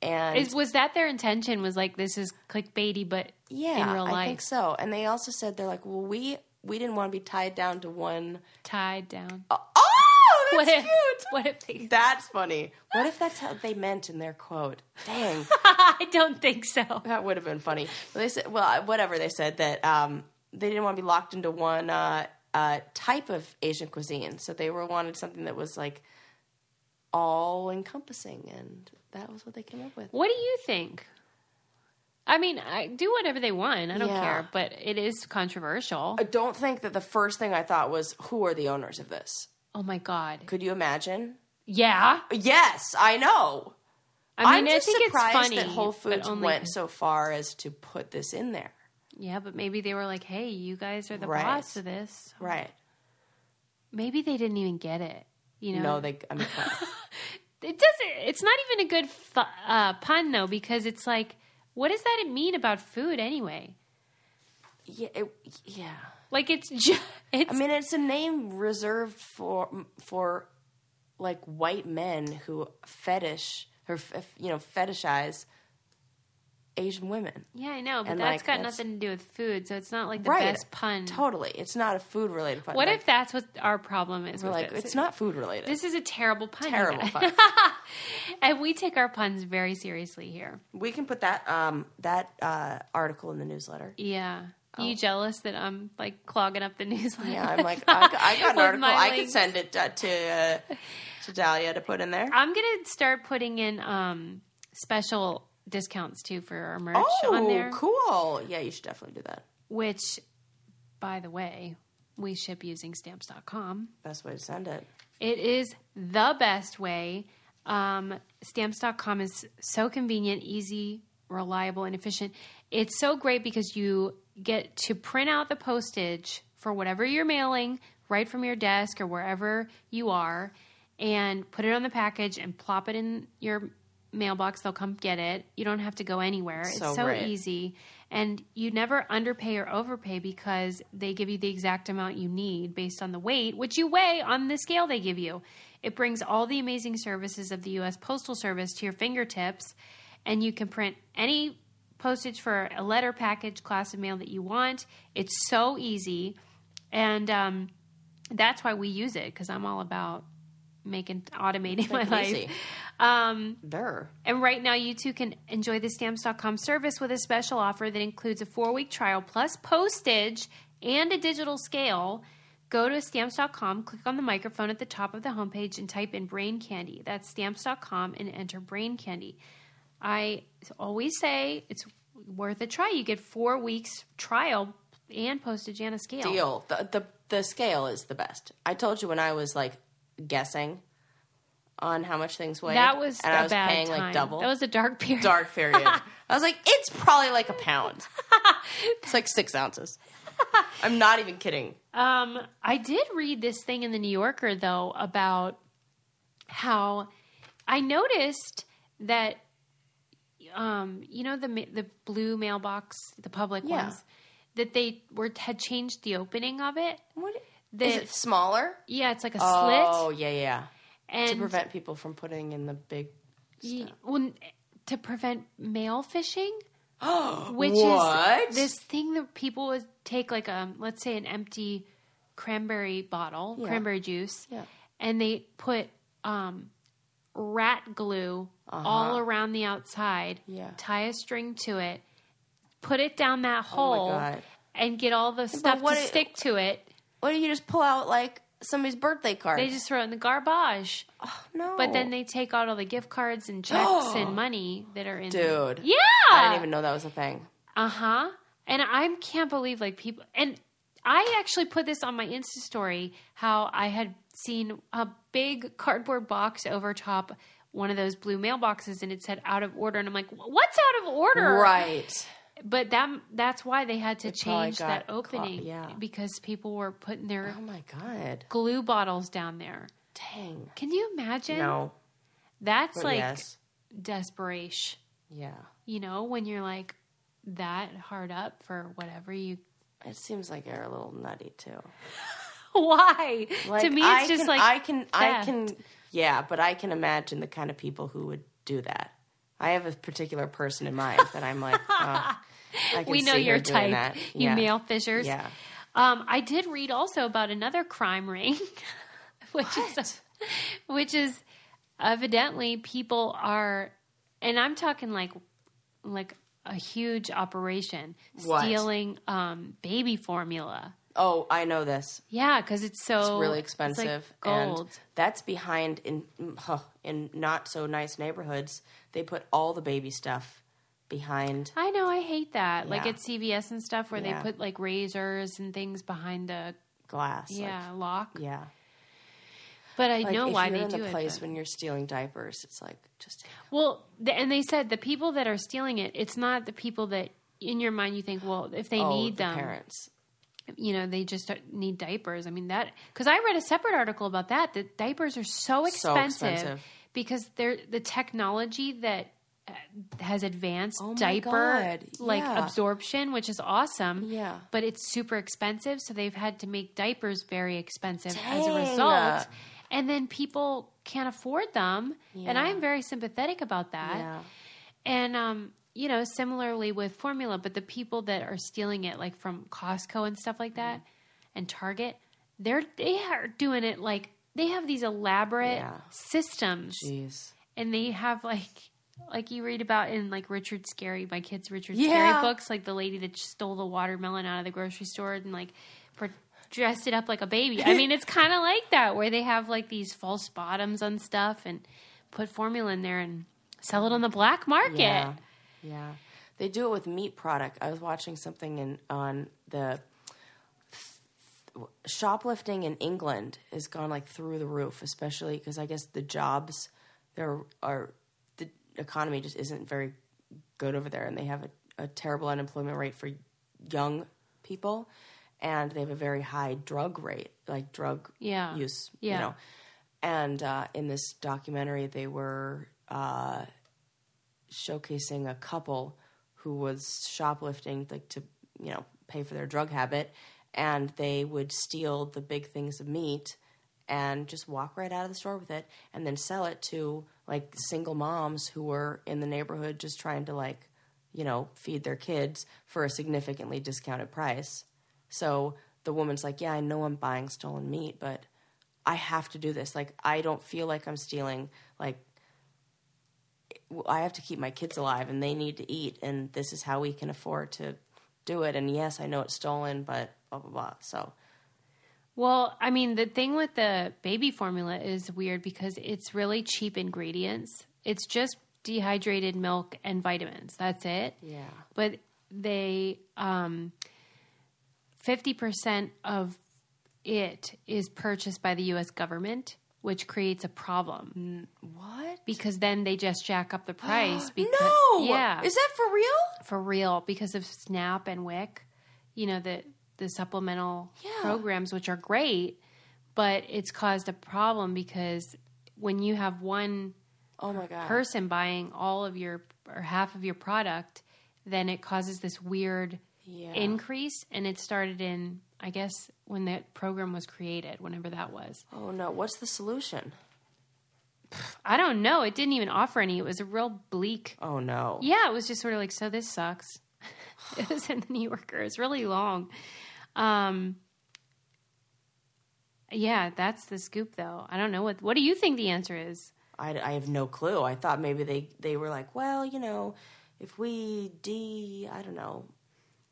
S1: And
S2: is, was that their intention? Was like this is clickbaity, but
S1: yeah,
S2: in real
S1: I
S2: life,
S1: think so. And they also said they're like, "Well, we we didn't want to be tied down to one."
S2: tied down.
S1: Oh, that's
S2: what if?
S1: cute.
S2: What if they?
S1: That's funny. What if that's how they meant in their quote? Dang,
S2: I don't think so.
S1: that would have been funny. They said, well, whatever they said that um, they didn't want to be locked into one uh, uh, type of Asian cuisine, so they were wanted something that was like all encompassing, and that was what they came up with.
S2: What do you think? I mean, I do whatever they want. I don't
S1: Yeah.
S2: care, but it is controversial.
S1: I don't think that the first thing I thought was, who are the owners of this?
S2: Oh my god.
S1: Could you imagine?
S2: Yeah.
S1: Yes, I know.
S2: I mean,
S1: am
S2: i
S1: just
S2: think
S1: surprised
S2: it's funny
S1: that Whole
S2: but
S1: Foods
S2: only-
S1: went so far as to put this in there.
S2: Yeah, but maybe they were like, "Hey, you guys are the
S1: Right.
S2: boss of this."
S1: Right.
S2: Maybe they didn't even get it. You know,
S1: No, they. I mean,
S2: it doesn't. It's not even a good fu- uh, pun though, because it's like, what does that mean about food anyway?
S1: yeah, it, yeah.
S2: Like it's just it's
S1: I mean, it's a name reserved for for like white men who fetish or f- you know fetishize Asian women.
S2: yeah, I know, but
S1: and,
S2: that's
S1: like,
S2: got
S1: that's-
S2: nothing to do with food, so it's not like the
S1: Right.
S2: best pun.
S1: Totally, it's not a food related pun.
S2: What
S1: Like,
S2: if that's what our problem is?
S1: we're
S2: with
S1: like
S2: this?
S1: it's not food related?
S2: This is a terrible pun. you
S1: Terrible
S2: guys.
S1: pun.
S2: and we take our puns very seriously here.
S1: we can put that um that uh, article in the newsletter.
S2: Yeah. You jealous that I'm like clogging up the newsletter?
S1: Oh. Yeah, I'm like I, got- I got an
S2: With
S1: article.
S2: my
S1: I could
S2: links.
S1: send it uh, to uh, to Dahlia to put in there.
S2: I'm gonna start putting in um special discounts too for our merch on there.
S1: Oh, cool! Yeah, you should definitely do that.
S2: Which, by the way, we ship using stamps.com.
S1: Best way to send it.
S2: It is the best way. Um, stamps.com is so convenient, easy, reliable, and efficient. It's so great because you get to print out the postage for whatever you're mailing right from your desk or wherever you are and put it on the package and plop it in your mailbox. They'll come get it. You don't have to go anywhere. It's
S1: So
S2: so,
S1: great.
S2: easy. And you never underpay or overpay because they give you the exact amount you need based on the weight, which you weigh on the scale they give you. It brings all the amazing services of the U.S. Postal Service to your fingertips, and you can print any postage for a letter package class of mail that you want. It's so easy. And um, that's why we use it because I'm all about making automating my
S1: Make it
S2: life.
S1: easy. Um, there.
S2: And right now, you too can enjoy the stamps.com service with a special offer that includes a four week trial plus postage and a digital scale. Go to stamps.com, click on the microphone at the top of the homepage, and type in brain candy. That's stamps.com and enter brain candy. I always say it's worth a try. You get four weeks trial and postage and a scale.
S1: deal. The, the the scale is the best. I told you when I was like guessing on how much things weighed.
S2: That was
S1: and
S2: a
S1: I was
S2: bad
S1: paying
S2: time.
S1: like double.
S2: That was a dark period.
S1: dark period. I was like, it's probably like a pound. It's like six ounces. I'm not even kidding.
S2: Um, I did read this thing in the New Yorker though about how I noticed that um, you know the ma- the blue mailbox, the public
S1: Yeah.
S2: ones, that they were had changed the opening of it.
S1: What is
S2: The,
S1: it smaller?
S2: yeah, it's like a
S1: Oh
S2: slit
S1: yeah, yeah.
S2: and
S1: To prevent people from putting in the big.
S2: y- well, to prevent mail phishing.
S1: Oh,
S2: which
S1: what?
S2: is this thing that people would take like um let's say an empty cranberry bottle
S1: Yeah.
S2: cranberry juice
S1: Yeah.
S2: and they put um rat glue all around the outside
S1: Uh-huh. Yeah. Oh
S2: tie a string to it put it down that
S1: my
S2: hole
S1: God.
S2: and get all the stuff
S1: what
S2: to
S1: it-
S2: stick to it
S1: What do you just pull out like somebody's birthday card?
S2: they just throw it in the garbage
S1: no.
S2: but then they take out all the gift cards and checks and money that are in
S1: Dude.
S2: yeah
S1: I didn't even know that was a thing.
S2: Uh huh. And I can't believe like people. And I actually put this on my Insta story how I had seen a big cardboard box over top one of those blue mailboxes and it said out of order and I'm like what's out of order
S1: Right.
S2: but that that's why they had to
S1: probably
S2: change that
S1: got
S2: opening
S1: caught, yeah.
S2: because people were putting their
S1: Oh my god.
S2: glue bottles down there
S1: Dang.
S2: can you imagine
S1: No.
S2: that's
S1: But
S2: like
S1: yes.
S2: desperation
S1: Yeah.
S2: you know when you're like that hard up for whatever you
S1: It seems like you're a little nutty too.
S2: Why?
S1: Like,
S2: to me,
S1: I
S2: it's just
S1: can-
S2: like
S1: I can, I
S2: theft.
S1: can, yeah, but I can imagine the kind of people who would do that. I have a particular person in mind that I'm like, oh, I can
S2: we know
S1: see her
S2: your
S1: doing
S2: type.
S1: That.
S2: You
S1: yeah.
S2: male fishers.
S1: Yeah.
S2: Um, I did read also about another crime ring, which is which is evidently people are, and I'm talking like like a huge operation
S1: What?
S2: stealing um, baby formula.
S1: Oh, I know this.
S2: Yeah, because it's so
S1: It's really
S2: like
S1: expensive,
S2: gold.
S1: and that's behind in huh, in not so nice neighborhoods. They put all the baby stuff behind.
S2: I know, I hate that. Like
S1: Yeah.
S2: at CVS and stuff where
S1: Yeah.
S2: they put like razors and things behind the
S1: glass. like-
S2: yeah lock.
S1: yeah.
S2: But I
S1: Like,
S2: know
S1: if
S2: why
S1: you're
S2: they
S1: in
S2: do
S1: the
S2: it.
S1: place
S2: but-
S1: when you're stealing diapers. It's like just
S2: well, th- and they said the people that are stealing it, it's not the people that in your mind you think, well, if they
S1: oh,
S2: need
S1: the
S2: them,
S1: parents.
S2: you know, they just don't need diapers. I mean that because I read a separate article about that that diapers are so expensive,
S1: expensive.
S2: because they're the technology that uh, has advanced
S1: Oh my
S2: diaper
S1: God,
S2: like
S1: yeah.
S2: absorption, which is awesome.
S1: Yeah.
S2: but it's super expensive, so they've had to make diapers very expensive as a
S1: Dang.
S2: result. And then people can't afford them, and I'm very sympathetic about that.
S1: Yeah.
S2: And um, you know, similarly with formula, but the people that are stealing it, like from Costco and stuff like that,
S1: Mm-hmm.
S2: and Target, they're they are doing it like they have these elaborate
S1: Yeah.
S2: systems,
S1: Jeez.
S2: and they have like like you read about in like Richard Scary, my kids Richard
S1: Yeah.
S2: Scary books, like the lady that stole the watermelon out of the grocery store and like pre- dressed it up like a baby. I mean, it's kind of like that where they have like these false bottoms on stuff and put formula in there and sell it on the black market.
S1: Yeah. Yeah. They do it with meat product. I was watching something in on the shoplifting in England has gone like through the roof, especially because I guess the jobs there are the economy just isn't very good over there, and they have a, a terrible unemployment rate for young people, and they have a very high drug rate, like drug
S2: Yeah.
S1: use,
S2: Yeah.
S1: you know. And uh, in this documentary, they were uh, showcasing a couple who was shoplifting like to you know pay for their drug habit and they would steal the big things of meat and just walk right out of the store with it and then sell it to like single moms who were in the neighborhood just trying to like you know feed their kids for a significantly discounted price so the woman's like yeah i know i'm buying stolen meat but i have to do this like i don't feel like i'm stealing like well, I have to keep my kids alive and they need to eat, and this is how we can afford to do it. And yes, I know it's stolen, but blah blah blah. So
S2: Well, I mean, the thing with the baby formula is weird because it's really cheap ingredients. It's just dehydrated milk and vitamins. That's it.
S1: yeah,
S2: But they um 50% of it is purchased by the US government which creates a problem
S1: What?
S2: because then they just jack up the price. Because,
S1: no.
S2: yeah,
S1: Is that for real?
S2: for real because of SNAP and WIC. You know the the supplemental
S1: Yeah.
S2: programs, which are great, but it's caused a problem because when you have one
S1: Oh my god.
S2: person buying all of your or half of your product, then it causes this weird
S1: Yeah.
S2: increase. And it started in, I guess, when that program was created, whenever that was.
S1: oh no. What's the solution?
S2: I don't know. It didn't even offer any. It was a real bleak.
S1: Oh no.
S2: Yeah, it was just sort of like, so this sucks. it was in the New Yorker. It's really long. Um, yeah, that's the scoop, though. I don't know what. What do you think the answer is?
S1: I, I have no clue. I thought maybe they they were like, well, you know, if we de, I don't know,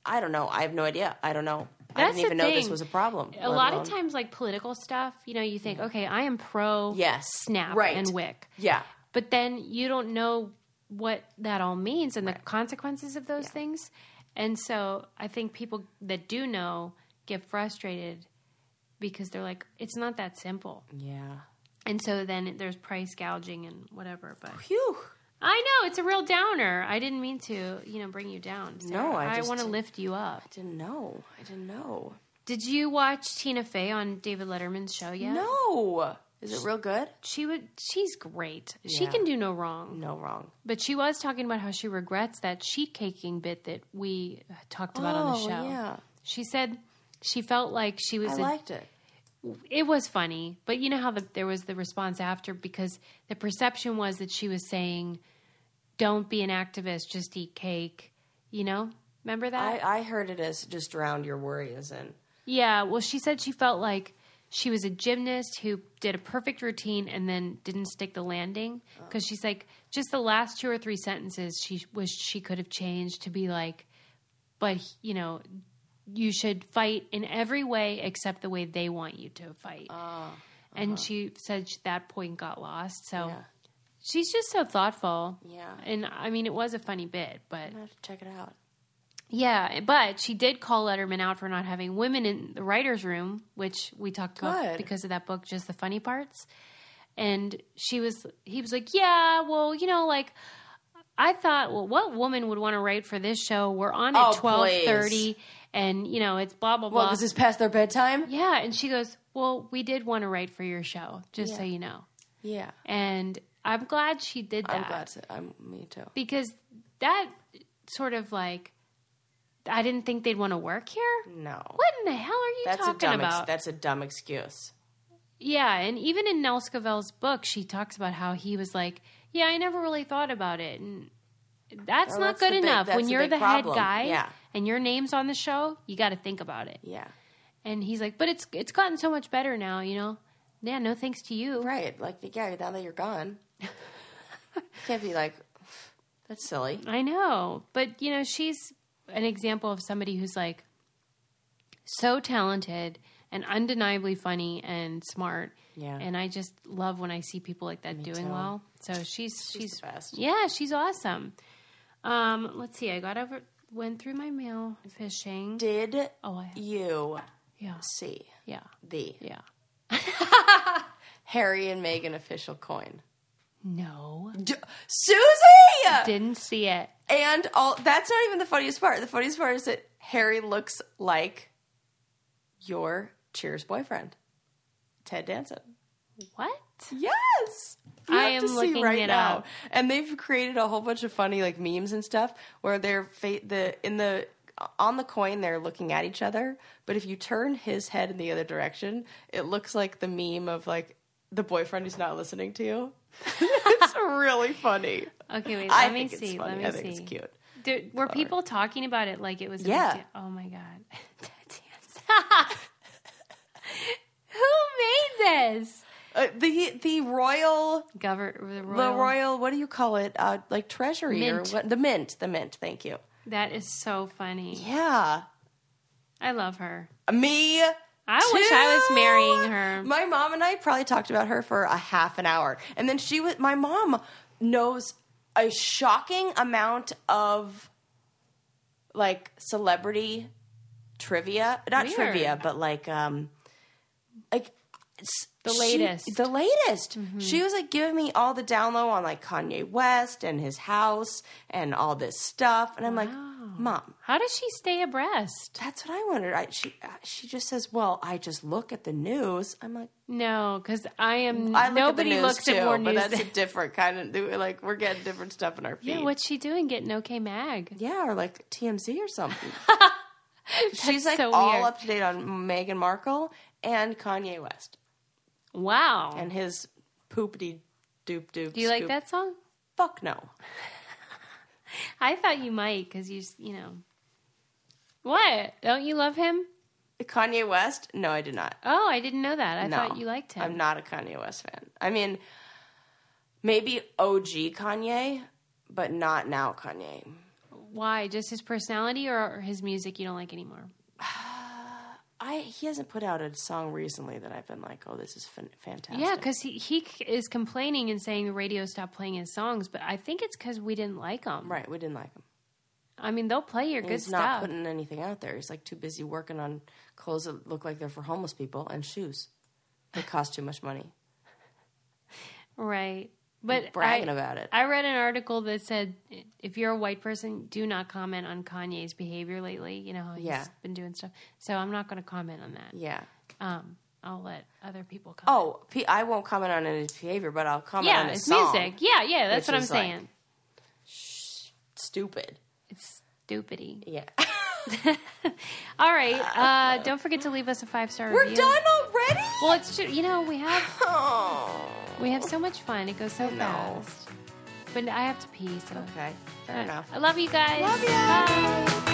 S1: I don't know. I have no idea. I don't know. I
S2: That's
S1: didn't even
S2: the
S1: know this
S2: thing.
S1: was a problem.
S2: A
S1: let
S2: lot of
S1: alone-
S2: times, like political stuff, you know, you think, okay, I am pro
S1: Yes.
S2: SNAP
S1: Right.
S2: and WIC.
S1: Yeah.
S2: But then you don't know what that all means and the consequences of those things. And so I think people that do know get frustrated because they're like, it's not that simple.
S1: Yeah.
S2: And so then there's price gouging and whatever. But
S1: Phew.
S2: I know it's a real downer. I didn't mean to, you know, bring you down. Sarah.
S1: I
S2: I
S1: just
S2: want to
S1: didn't-
S2: lift you up.
S1: Didn't know. I didn't know.
S2: Did you watch Tina Fey on David Letterman's show yet?
S1: No. Is it real good?
S2: She would. She's great. She
S1: Yeah.
S2: can do no wrong.
S1: No, wrong.
S2: But she was talking about how she regrets that sheet caking bit that we talked about on the
S1: Oh,
S2: show.
S1: yeah.
S2: She said she felt like she was.
S1: I
S2: a-
S1: liked it.
S2: it was funny, but you know how the, there was the response after because the perception was that she was saying, "Don't be an activist, just eat cake." You know, remember that?
S1: I, I heard it as just drown your worries in.
S2: Yeah, well, she said she felt like she was a gymnast who did a perfect routine and then didn't stick the landing
S1: Oh.
S2: because she's like just the last two or three sentences she wished she could have changed to be like, but you know, you should fight in every way except the way they want you to fight.
S1: Oh,
S2: And she said sh- that point got lost. So
S1: uh-huh. Yeah.
S2: she's just so thoughtful.
S1: Yeah.
S2: And I mean, it was a funny bit, but
S1: I'm gonna have to check it out.
S2: yeah, but she did call Letterman out for not having women in the writer's room, which we talked about
S1: Good.
S2: because of that book, Just the Funny Parts. And she was, he was like, yeah, well, you know, like, I thought, well, what woman would want to write for this show? We're on at
S1: Oh,
S2: twelve
S1: please.
S2: thirty, and you know it's blah blah
S1: Well,
S2: blah.
S1: because it's past their bedtime.
S2: yeah, and she goes, well, we did want to write for your show, just so you know.
S1: Yeah.
S2: And I'm glad she did that
S1: I'm glad. To, I'm me too.
S2: because that sort of like, I didn't think they'd want to work here.
S1: No.
S2: What in the hell are you
S1: That's a
S2: talking
S1: dumb.
S2: about?
S1: Ex- that's a dumb excuse.
S2: yeah, and even in Nell Scovell's book, she talks about how he was like, "Yeah, I never really thought about it," and that's
S1: Well,
S2: not
S1: Oh, that's
S2: good
S1: the big-
S2: enough.
S1: that's
S2: When
S1: the
S2: you're
S1: big
S2: the
S1: problem.
S2: head guy,
S1: Yeah.
S2: and your name's on the show, you got to think about it.
S1: Yeah.
S2: And he's like, "But it's it's gotten so much better now, you know." Yeah, no thanks to you.
S1: Right. Like yeah. Now that you're gone, can't be like that's silly.
S2: I know. But, you know, she's an example of somebody who's like so talented and undeniably funny and smart.
S1: Yeah.
S2: And I just love when I see people like that doing
S1: too.
S2: well. So she's she's,
S1: She's the best.
S2: Yeah, she's awesome. Um, let's see. I got over went through my mail fishing.
S1: Did
S2: oh, I
S1: you
S2: yeah.
S1: see
S2: Yeah.
S1: the
S2: Yeah.
S1: Harry and Meghan official coin?
S2: No.
S1: D- Susie
S2: Didn't see it.
S1: and all. That's not even the funniest part. The funniest part is that Harry looks like your Cheers boyfriend, Ted Danson.
S2: What?
S1: Yes. You
S2: I
S1: have to
S2: am
S1: see
S2: looking
S1: right
S2: it
S1: now.
S2: up.
S1: And they've created a whole bunch of funny like memes and stuff where they're fa- the in the on the coin they're looking at each other, but if you turn his head in the other direction, it looks like the meme of like the boyfriend who's not listening to you. it's really funny.
S2: Okay, wait. Let
S1: I
S2: me
S1: think
S2: see.
S1: it's funny.
S2: Let me
S1: I
S2: see.
S1: think it's cute.
S2: Dude, were people talking about it like it was? a big
S1: Yeah.
S2: deal? Oh my god. Titans. Who made this?
S1: Uh, the the royal
S2: Govern the royal.
S1: the royal what do you call it? Uh, like treasury
S2: Mint.
S1: or what? The mint. The mint. Thank you.
S2: That is so funny.
S1: Yeah.
S2: I love her.
S1: Me
S2: I wish I was
S1: too.
S2: marrying her.
S1: My mom and I probably talked about her for a half an hour. And then she was my mom knows a shocking amount of like celebrity trivia, not
S2: Weird.
S1: trivia, but like um like s-
S2: The
S1: she-
S2: latest. Mm-hmm.
S1: the latest. She was like giving me all the down low on like Kanye West and his house and all this stuff, and I'm like, Mom,
S2: How does she stay abreast?
S1: that's what I wondered. I, she uh, she just says, Well, I just look at the news. I'm like,
S2: No, because I am.
S1: I look
S2: nobody
S1: at the news
S2: looks
S1: too,
S2: at more
S1: but
S2: news.
S1: that's
S2: than-
S1: a different kind of like we're getting different stuff in our feed.
S2: yeah, what's she doing? Getting OK Mag?
S1: Yeah, or like TMZ or something. She's like
S2: so
S1: all
S2: weird.
S1: up to date on Meghan Markle and Kanye West
S2: Wow.
S1: and his poopity doop doop.
S2: Do you like that song?
S1: Fuck no.
S2: I thought you might because you, s- you know. What? Don't you love him?
S1: Kanye West? No, I did not.
S2: Oh, I didn't know that. I
S1: No,
S2: thought you liked him.
S1: I'm not a Kanye West fan. I mean, maybe OG Kanye, but not now Kanye.
S2: Why? Just his personality or or his music you don't like anymore?
S1: I he hasn't put out a song recently that I've been like, oh, this is fan- fantastic.
S2: Yeah, because he, he c- is complaining and saying the radio stopped playing his songs, but I think it's because we didn't like them.
S1: right. We didn't like him.
S2: I mean, they'll play your good
S1: He's
S2: stuff.
S1: not putting anything out there. He's like too busy working on clothes that look like they're for homeless people and shoes that cost too much money.
S2: right. But
S1: bragging
S2: I,
S1: about it.
S2: I read an article that said if you're a white person, do not comment on Kanye's behavior lately. You know, how he's
S1: Yeah.
S2: been doing stuff. So I'm not going to comment on that.
S1: yeah.
S2: Um, I'll let other people comment.
S1: Oh, P- I won't comment on his behavior, but I'll comment on
S2: yeah,
S1: his
S2: it's
S1: song.
S2: music. Yeah, yeah, that's
S1: which
S2: what I'm
S1: is, like,
S2: saying.
S1: Stupid.
S2: It's stupidy.
S1: Yeah.
S2: All right. Uh, don't forget to leave us a five star
S1: We're
S2: review.
S1: done already.
S2: Well, it's just, you know we have
S1: Oh.
S2: we have so much fun. It goes so
S1: know.
S2: fast. But I have to pee. So
S1: Okay. Fair enough.
S2: I love you guys.
S1: Love ya.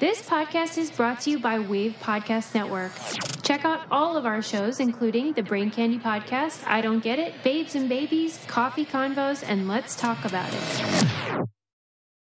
S2: This podcast is brought to you by Wave Podcast Network. Check out all of our shows, including the Brain Candy Podcast, I Don't Get It, Babes and Babies, Coffee Convos, and Let's Talk About It.